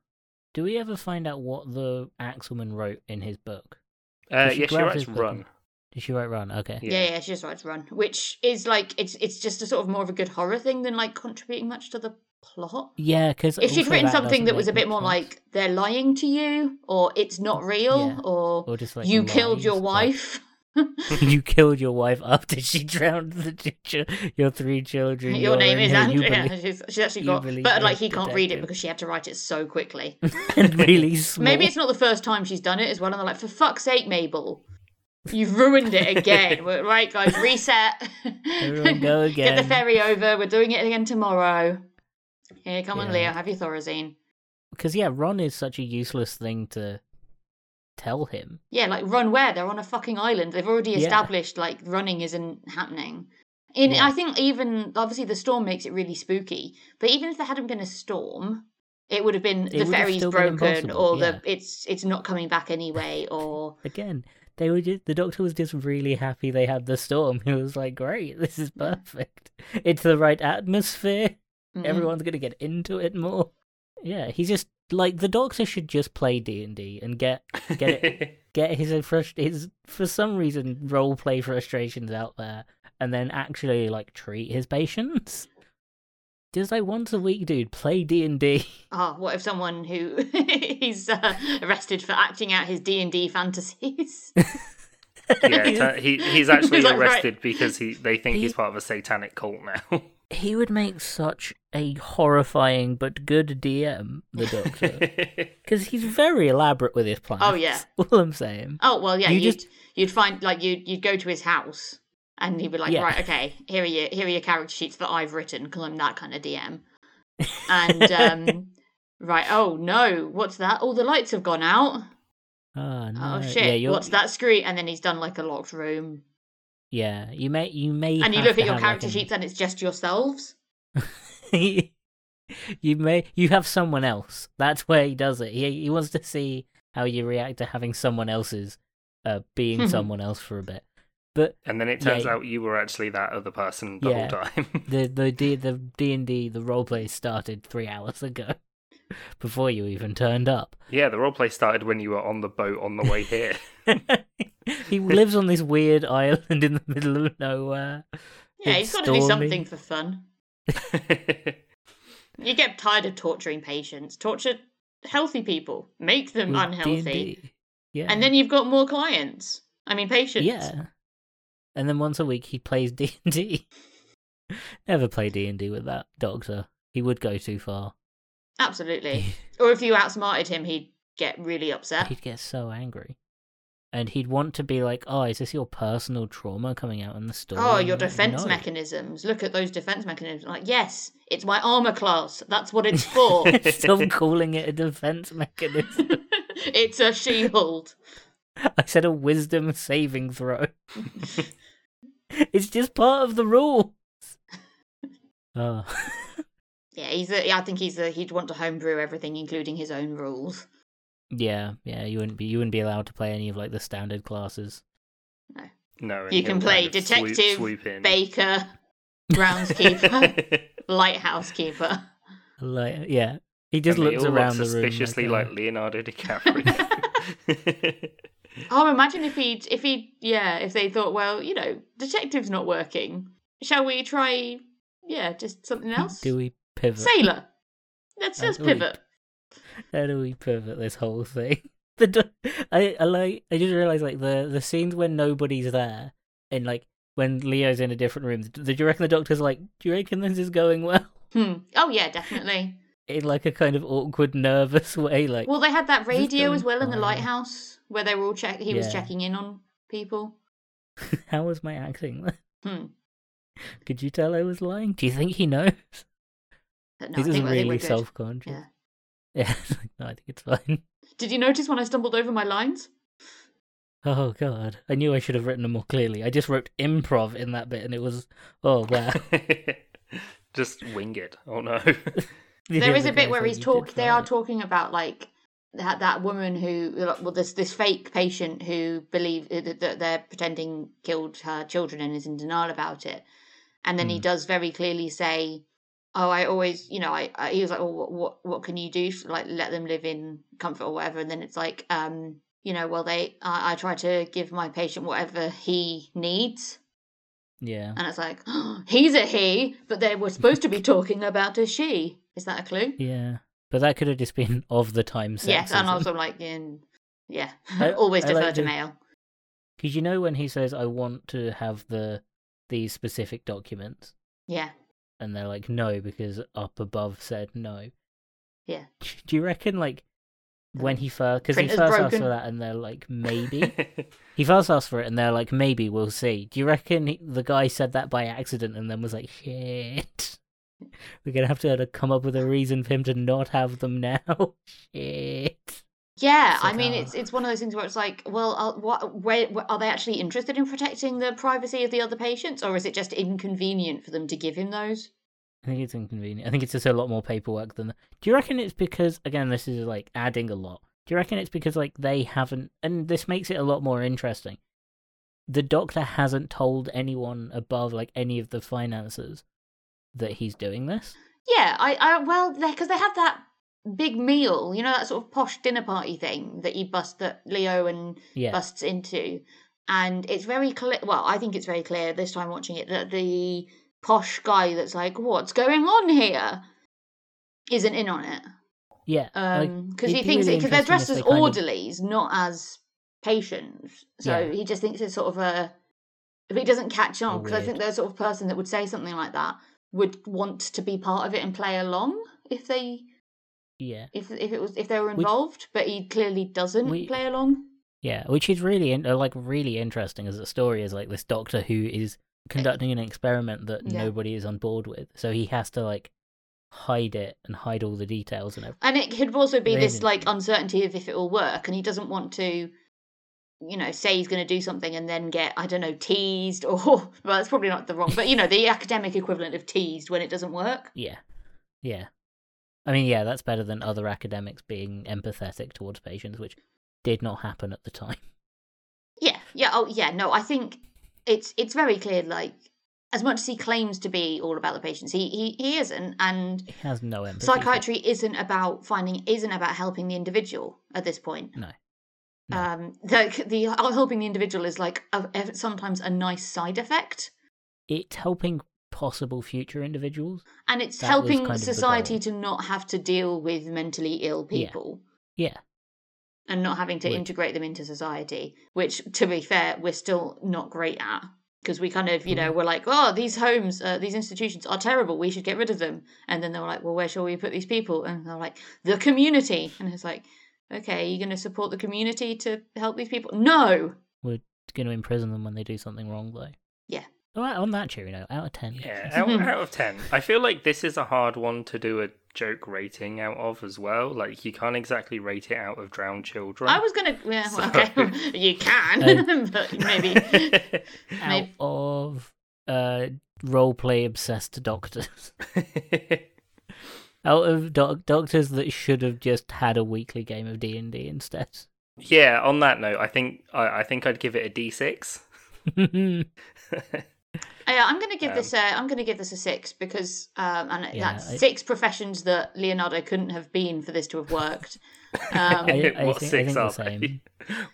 Do we ever find out what the Axelman wrote in his book? yeah. Uh, She yeah, she grabs writes his book run. and- Did she write Run? Okay. Yeah. yeah, she just writes run, which is like it's it's just a sort of more of a good horror thing than like contributing much to the plot. Yeah, because If she'd written something that was a bit more like they're lying to you, or it's not real, Yeah. or or just like you killed your lies, like, wife, you killed your wife after she drowned the two chil- your three children. your You're name in is here, you Andrea. She's, she's actually you got, believe but you're like a he can't read detective. it because she had to write it so quickly. believe- and really small. Maybe it's not the first time she's done it as well, and they're like, for fuck's sake, Mabel. You've ruined it again. We're- right, guys, reset. Everyone go Get the again. ferry over. We're doing it again tomorrow. Here, come on, Yeah. Leo. Have your Thorazine. because yeah, Ron is such a useless thing to tell him. Yeah, like run where? They're on a fucking island. They've already Yeah. established like running isn't happening. In Yeah. I think even obviously the storm makes it really spooky. But even if there hadn't been a storm, it would have been the would have ferry's still been broken impossible, or yeah. the it's it's not coming back anyway or Again, they were just, the doctor was just really happy they had the storm. He was like, "Great, this is Yeah. perfect. It's the right atmosphere. Mm-mm. Everyone's gonna get into it more." Yeah, he's just like the doctor should just play D and D and get get it get his frust- his for some reason role play frustrations out there and then actually like treat his patients does a once a week dude play D and D? Oh, what if someone who he's uh, arrested for acting out his D and D fantasies? Yeah, ta- he he's actually He's like, arrested right. because he they think He- he's part of a satanic cult now. He would make such a horrifying but good DM, the Doctor, because he's very elaborate with his plans. Oh, yeah. all I'm saying. Oh well, yeah, You you would just- you'd find like you'd you'd go to his house and he'd be like, Yeah. right, okay, here are your here are your character sheets that I've written because I'm that kind of DM. And um, right, oh no, what's that? All the lights have gone out. Oh no! Oh Yeah, shit, you're- what's that screen? And then he's done like a locked room, Yeah, you may you may and you have look to at have, your like, character an- sheets and it's just yourselves. you may you have someone else. That's where he does it. He he wants to see how you react to having someone else's uh being someone else for a bit. But and then it turns Yeah. out you were actually that other person the Yeah. whole time. the the D the D and D the roleplay started three hours ago, before you even turned up. yeah, the roleplay started when you were on the boat on the way here. he lives on this weird island in the middle of nowhere. Yeah, It's he's got to do stormy. something for fun. You get tired of torturing patients. Torture healthy people. Make them with unhealthy. D&D. Yeah, And then you've got more clients. I mean, patients. Yeah. And then once a week he plays D and D. Never play D and D with that doctor. He would go too far. Absolutely. or if you outsmarted him, he'd get really upset. He'd get so angry, and he'd want to be like, "Oh, is this your personal trauma coming out in the story?" Oh, your And I'm like, defense "No." mechanisms. Look at those defense mechanisms. Like, yes, it's my armor class. That's what it's for. Stop calling it a defense mechanism. it's a shield. I said a wisdom saving throw. it's just part of the rules. Oh. Yeah, he's. A, yeah, I think he's. A, he'd want to homebrew everything, including his own rules. Yeah, yeah, you wouldn't be you wouldn't be allowed to play any of like the standard classes. no, and You can he'll play kind of swoop- detective, swoop Mm. in. Baker, groundskeeper, lighthouse keeper. Like, yeah, he just And they looks all look around the room suspiciously like, like Leonardo DiCaprio. Oh, imagine if he if he yeah if they thought well you know detective's not working. Shall we try yeah just something "Oh, else? Do we pivot? Sailor. Let's How just do we- pivot. How do we pivot this whole thing? The do- I, I like I just realized like the the scenes when nobody's there and like when Leo's in a different room. Do you reckon the doctor's like? Do you reckon this is going well? Hmm. Oh yeah, definitely. In like a kind of awkward, nervous way, like Well, they had that this radio going as well in the fine? lighthouse where they were all check. He was Yeah. checking in on people. how was my acting? Hmm. Could you tell I was lying? Do you think he knows? But no, This is I think, I think we're really good. self-conscious. Yeah. Yeah, it's like, no, I think it's fine. Did you notice when I stumbled over my lines? Oh god, I knew I should have written them more clearly. I just wrote improv in that bit, and it was oh wow. Just wing it. Oh no. there is a bit where he's talk. They are talking about like that that woman who well this this fake patient who believe uh, that that they're pretending killed her children and is in denial about it, and then he Hmm. does very clearly say, "Oh, I always you know I, I he was like, oh what what what can you do like let them live in comfort or whatever," and then it's like um you know well they I, I try to give my patient whatever he needs. Yeah, And it's like, he's a he, but they were supposed to be talking about a she. Is that a clue? yeah, but that could have just been of the time. Sexism. Yes, and also like in yeah, I- always I defer like to the- male. because you know when he says, "I want to have the these specific documents," Yeah, and they're like, "No," because up above said no. Yeah. Do you reckon like when he first because he Printer's first asked for broken. that, and they're like, "Maybe." He first asked for it, and they're like, "Maybe we'll see." Do you reckon he- the guy said that by accident, and then was like, "Shit, we're gonna have to, uh, come up with a reason for him to not have them now." Shit. yeah. It's I like, mean, ah. it's it's one of those things where it's like, well, uh, what, where, wh- are they actually interested in protecting the privacy of the other patients, or is it just inconvenient for them to give him those? I think it's inconvenient. I think it's just a lot more paperwork than. Do you reckon it's because again, this is like adding a lot. Do you reckon it's because like they haven't, and this makes it a lot more interesting. The doctor hasn't told anyone above, like any of the financiers, that he's doing this. Yeah, I, I well, because they have that big meal, you know, that sort of posh dinner party thing that he bust that Leo and Yeah. busts into. And it's very clear. Well, I think it's very clear this time watching it that the posh guy that's like, what's going on here? Isn't in on it. Yeah, Because like, he it'd be thinks really it, because they're interesting if dressed as they kind of- orderlies, not as patients. So Yeah. he just thinks it's sort of a. If it doesn't catch on, because I weird. think the sort of person that would say something like that would want to be part of it and play along if they yeah, if if it was if they were We- involved, but he clearly doesn't we- play along. yeah, which is really in- uh, like really interesting as a story is like this doctor who is conducting an experiment that Yeah. nobody is on board with, so he has to like hide it and hide all the details and everything. And it could also be this Really? like uncertainty of if it will work, and he doesn't want to, you know, say he's going to do something and then get I don't know teased or well, that's probably not the wrong, but you know, the academic equivalent of teased when it doesn't work. Yeah, yeah. I mean, yeah, that's better than other academics being empathetic towards patients, which did not happen at the time. Yeah, yeah, oh yeah, no, I think it's it's very clear like. As much as he claims to be all about the patients, he he, he isn't, and It has no empathy. for- psychiatry isn't about finding, isn't about helping the individual at this point. No. No. Um, the, the helping the individual is like a, a- sometimes a nice side effect, It's helping possible future individuals. and it's That was helping kind of the society goal. to not have to deal with mentally ill Yeah. people Yeah, and not having to Right. integrate them into society. Which, to be fair, we're still not great at because we kind of, you know, Mhm. we're like, oh, these homes, uh, these institutions are terrible. We should get rid of them. And then they were like, well, where shall we put these people? And they're like, the community. And it's like, okay, are you going to support the community to help these people? No. we're going to imprison them when they do something wrong, though. Yeah. All right, on that cheery note, out of ten. Yeah, out, out of 10. I feel like this is a hard one to do a joke rating out of as well. Like, you can't exactly rate it out of drowned children. I was gonna. Yeah, well, okay. you Uh, can, but maybe. Uh, Out Maybe- of uh, roleplay obsessed doctors. out of doc- doctors that should have just had a weekly game of D and D instead. yeah, on that note, I think I, I think I'd give it a D6. Yeah, I'm gonna give Um, this a. I'm gonna give this a six because, um, and Yeah, that's I- six professions that Leonardo couldn't have been for this to have worked. Um, I- I what think- I six think the are they?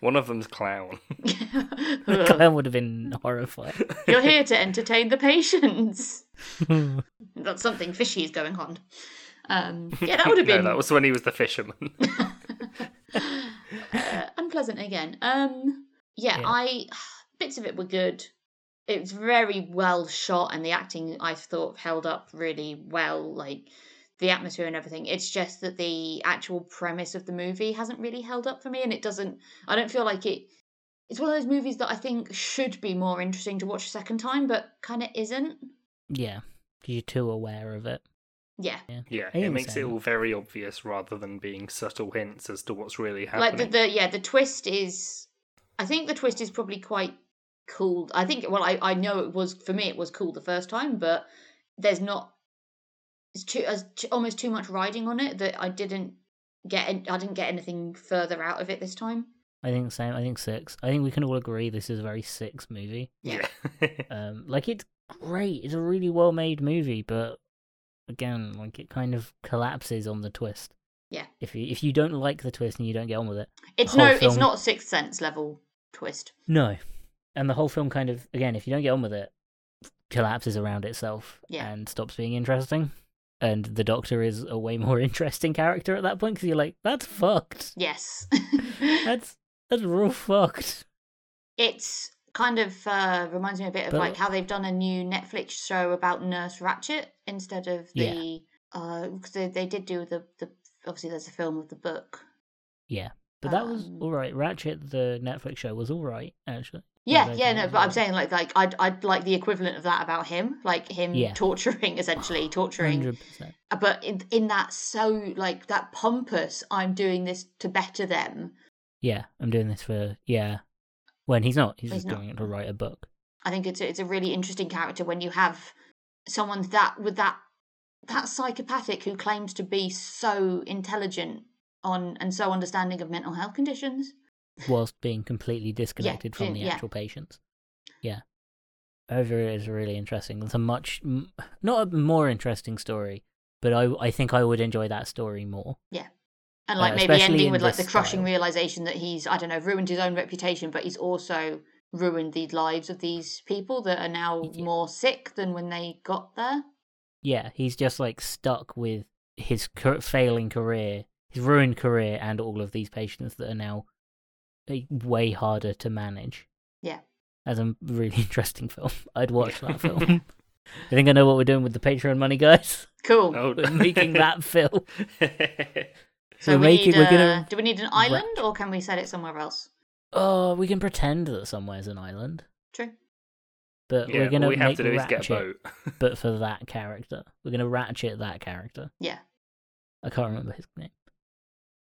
One of them's clown. Clown would have been horrified. you're here to entertain the patients. yeah, That's something fishy is going on. Um, yeah, that would have no, been that was when he was the fisherman. uh, unpleasant again. Um, yeah, Yeah. I bits of it were good. It's very well shot, and the acting I thought held up really well. Like the atmosphere and everything. It's just that the actual premise of the movie hasn't really held up for me, and it doesn't. I don't feel like it. It's one of those movies that I think should be more interesting to watch a second time, but kind of isn't. 'cause you're too aware of it. Yeah, yeah, I it am makes it saying all very obvious rather than being subtle hints as to what's really like the, happening. the yeah the twist is. I think the twist is probably quite cool. I think well I I know it was for me it was cool the first time, but there's not it's too as too, almost too much riding on it that I didn't get an- I didn't get anything further out of it this time. I think same. I think six. I think we can all agree this is a very six movie. yeah. Um, like it's great. It's a really well made movie, but again, like it kind of collapses on the twist. Yeah. If you if you don't like the twist and you don't get on with it, It's whole no it's film. not sixth sense level twist. no. And the whole film kind of again, if you don't get on with it, collapses around itself Yeah. and stops being interesting. And the Doctor is a way more interesting character at that point because you're like, that's fucked. Yes. That's that's real fucked. it's kind of uh, reminds me a bit of But- like how they've done a new Netflix show about Nurse Ratchet instead of Yeah. the uh 'cause they, they did do the the obviously there's a film of the book. Oh, But that was Um, all right. Ratchet, the Netflix show, was all right actually. Yeah, those yeah, guys no, as but I'm well. saying like like I'd I'd like the equivalent of that about him, like him Yeah. torturing essentially torturing, Hundred percent. Uh, but in in that so like that pompous I'm doing this to better them. Yeah, I'm doing this for yeah. When he's not, he's, He's just not. doing it to write a book. I think it's a, it's a really interesting character when you have someone that with that that psychopathic who claims to be so intelligent on and so understanding of mental health conditions. whilst being completely disconnected from the yeah. actual patients. Yeah. Over it is really interesting. It's a much m- not a more interesting story, but I I think I would enjoy that story more. And Uh, like maybe especially ending in with like the this crushing style. realization that he's I don't know ruined his own reputation, but he's also ruined the lives of these people that are now Yeah. more sick than when they got there. Yeah, he's just like stuck with his cur- failing career, his ruined career, and all of these patients that are now like, way harder to manage. Yeah. That's a really interesting film. I'd watch that film. I think I know what we're doing with the Patreon money, guys. Cool. Oh, We're making that film. so we're we making- need, we're uh, gonna do we need an island or can we set it somewhere else? Oh, we can pretend that somewhere's an island, True. but yeah, we're gonna all we have make to do is Ratchet, get a boat. but for that character, we're gonna ratchet that character. Yeah. I can't remember his name.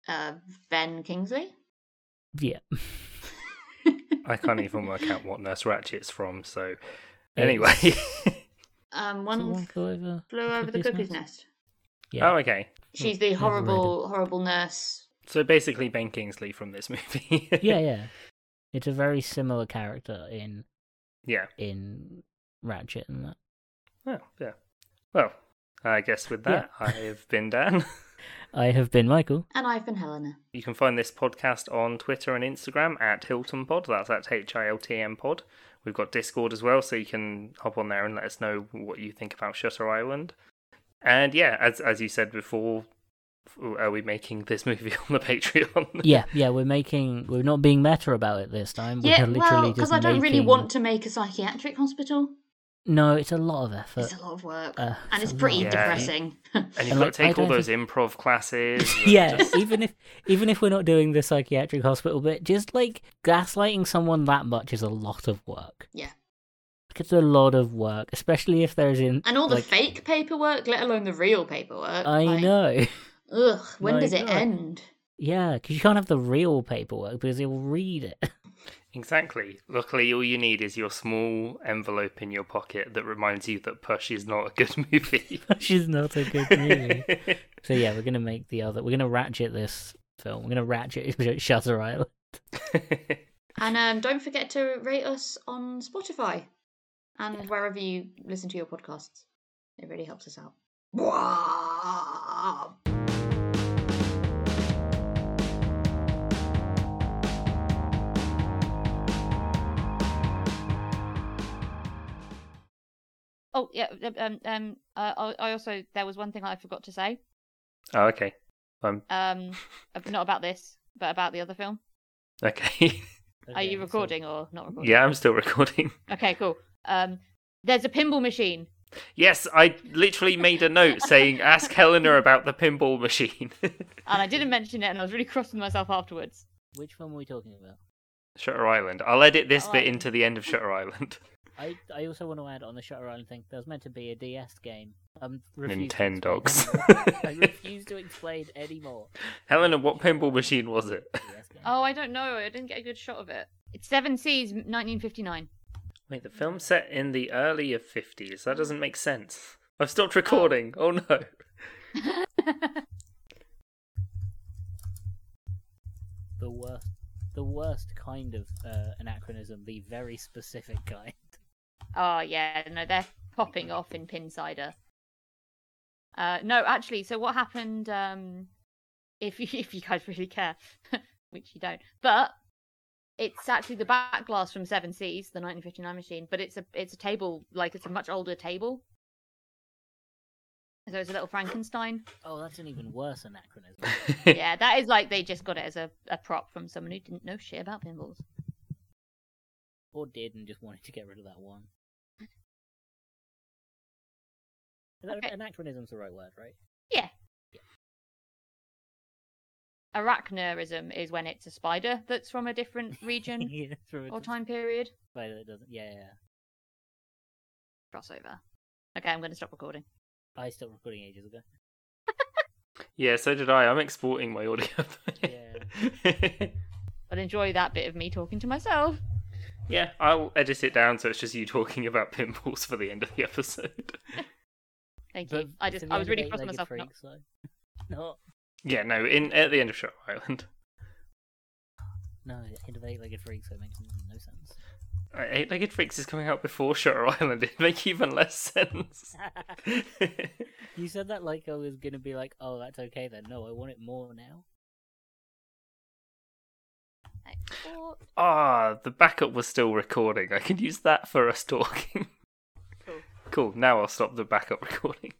Uh, ben Kingsley. Yeah. I can't even work out what Nurse Ratchet's from, so. Anyway. Um, Someone one flew over, flew over the cuckoo's nest. cuckoo's nest. Yeah. Oh, okay. She's Hmm, never read the it. horrible, horrible nurse. So basically, Ben Kingsley from this movie. yeah, yeah. It's a very similar character in yeah. in Ratchet and that. Oh, yeah. Well, I guess with that, I have been Dan. I have been Michael. And I've been Helena. You can find this podcast on Twitter and Instagram at Hilton Pod. That's at H I L T M Pod. We've got Discord as well, so you can hop on there and let us know what you think about Shutter Island. And yeah, as as you said before, f- are we making this movie on the Patreon? Yeah, yeah. We're making. We're not being meta about it this time. yeah, we're literally well, because just I don't really making- want to make a psychiatric hospital. No, it's a lot of effort. it's a lot of work, uh, and it's it's a pretty lot. Yeah. depressing. And And, you've like, got to I take all don't those improv classes. and yeah, just- even if even if we're not doing the psychiatric hospital bit, just like gaslighting someone that much is a lot of work. yeah, Like, It's a lot of work, especially if there's in and all the like, fake paperwork, let alone the real paperwork. I like, know. Ugh, when My does it God. end? Yeah, because you can't have the real paperwork because they'll read it. Exactly. Luckily, all you need is your small envelope in your pocket that reminds you that Push is not a good movie. Which is not a good movie. so yeah, we're gonna make the other. We're gonna ratchet this film. We're gonna ratchet Shutter Island. And um, don't forget to rate us on Spotify and wherever you listen to your podcasts. It really helps us out. Wow. Oh yeah, um, um, uh, I I also there was one thing I forgot to say. oh, okay. Um, Um, ab- not about this, but about the other film. okay. Are you recording or not recording? yeah, I'm still recording. Okay, cool. Um, there's a pinball machine. Yes, I literally made a note saying, ask Helena about the pinball machine. and I didn't mention it, and I was really cross with myself afterwards. Which film are we talking about? Shutter Island. I'll edit this Oh, bit I- into the end of Shutter Island. I I also want to add on the Shutter Island thing. There was meant to be a DS game. Um, Nintendogs. I refuse to explain anymore. Helena, what pinball machine was it? DS game. Oh, I don't know. I didn't get a good shot of it. It's Seven Seas, 1959. Wait, the film's set in the early of 50s. That doesn't make sense. I've stopped recording. Oh no. The worst, the worst kind of uh, anachronism. The very specific kind. Oh yeah, no, they're popping off in Pinsider. Uh, no, actually, so what happened? Um, if you, if you guys really care, which you don't, but it's actually the back glass from Seven Seas, the 1959 machine, but it's a it's a table like it's a much older table. So it's a little Frankenstein. Oh, that's an even worse anachronism. yeah, that is like they just got it as a, a prop from someone who didn't know shit about pinballs. or did and just wanted to get rid of that one. An- Okay. Anachronism's the right word, right? Arachnorism is when it's a spider that's from a different region yeah, through or time period. But it doesn't. Yeah, yeah. crossover. Okay, I'm going to stop recording. I stopped recording ages ago. yeah, so did I. I'm exporting my audio. yeah. But enjoy that bit of me talking to myself. yeah, I'll edit it down so it's just you talking about pinballs for the end of the episend. Thank But you. I to just the I was really cross with underage-legged myself. not- freaks, though. No, yeah, no, in at the end of Shutter Island. no, hit of eight-legged freaks. So it makes no sense. Eight Legged Freaks is coming out before Shutter Island. It'd make even less sense. you said that like I was gonna be like, oh, that's okay then. No, I want it more now. Export. Ah, the backup was still recording. I can use that for us talking. Cool. Cool. Now I'll stop the backup recording.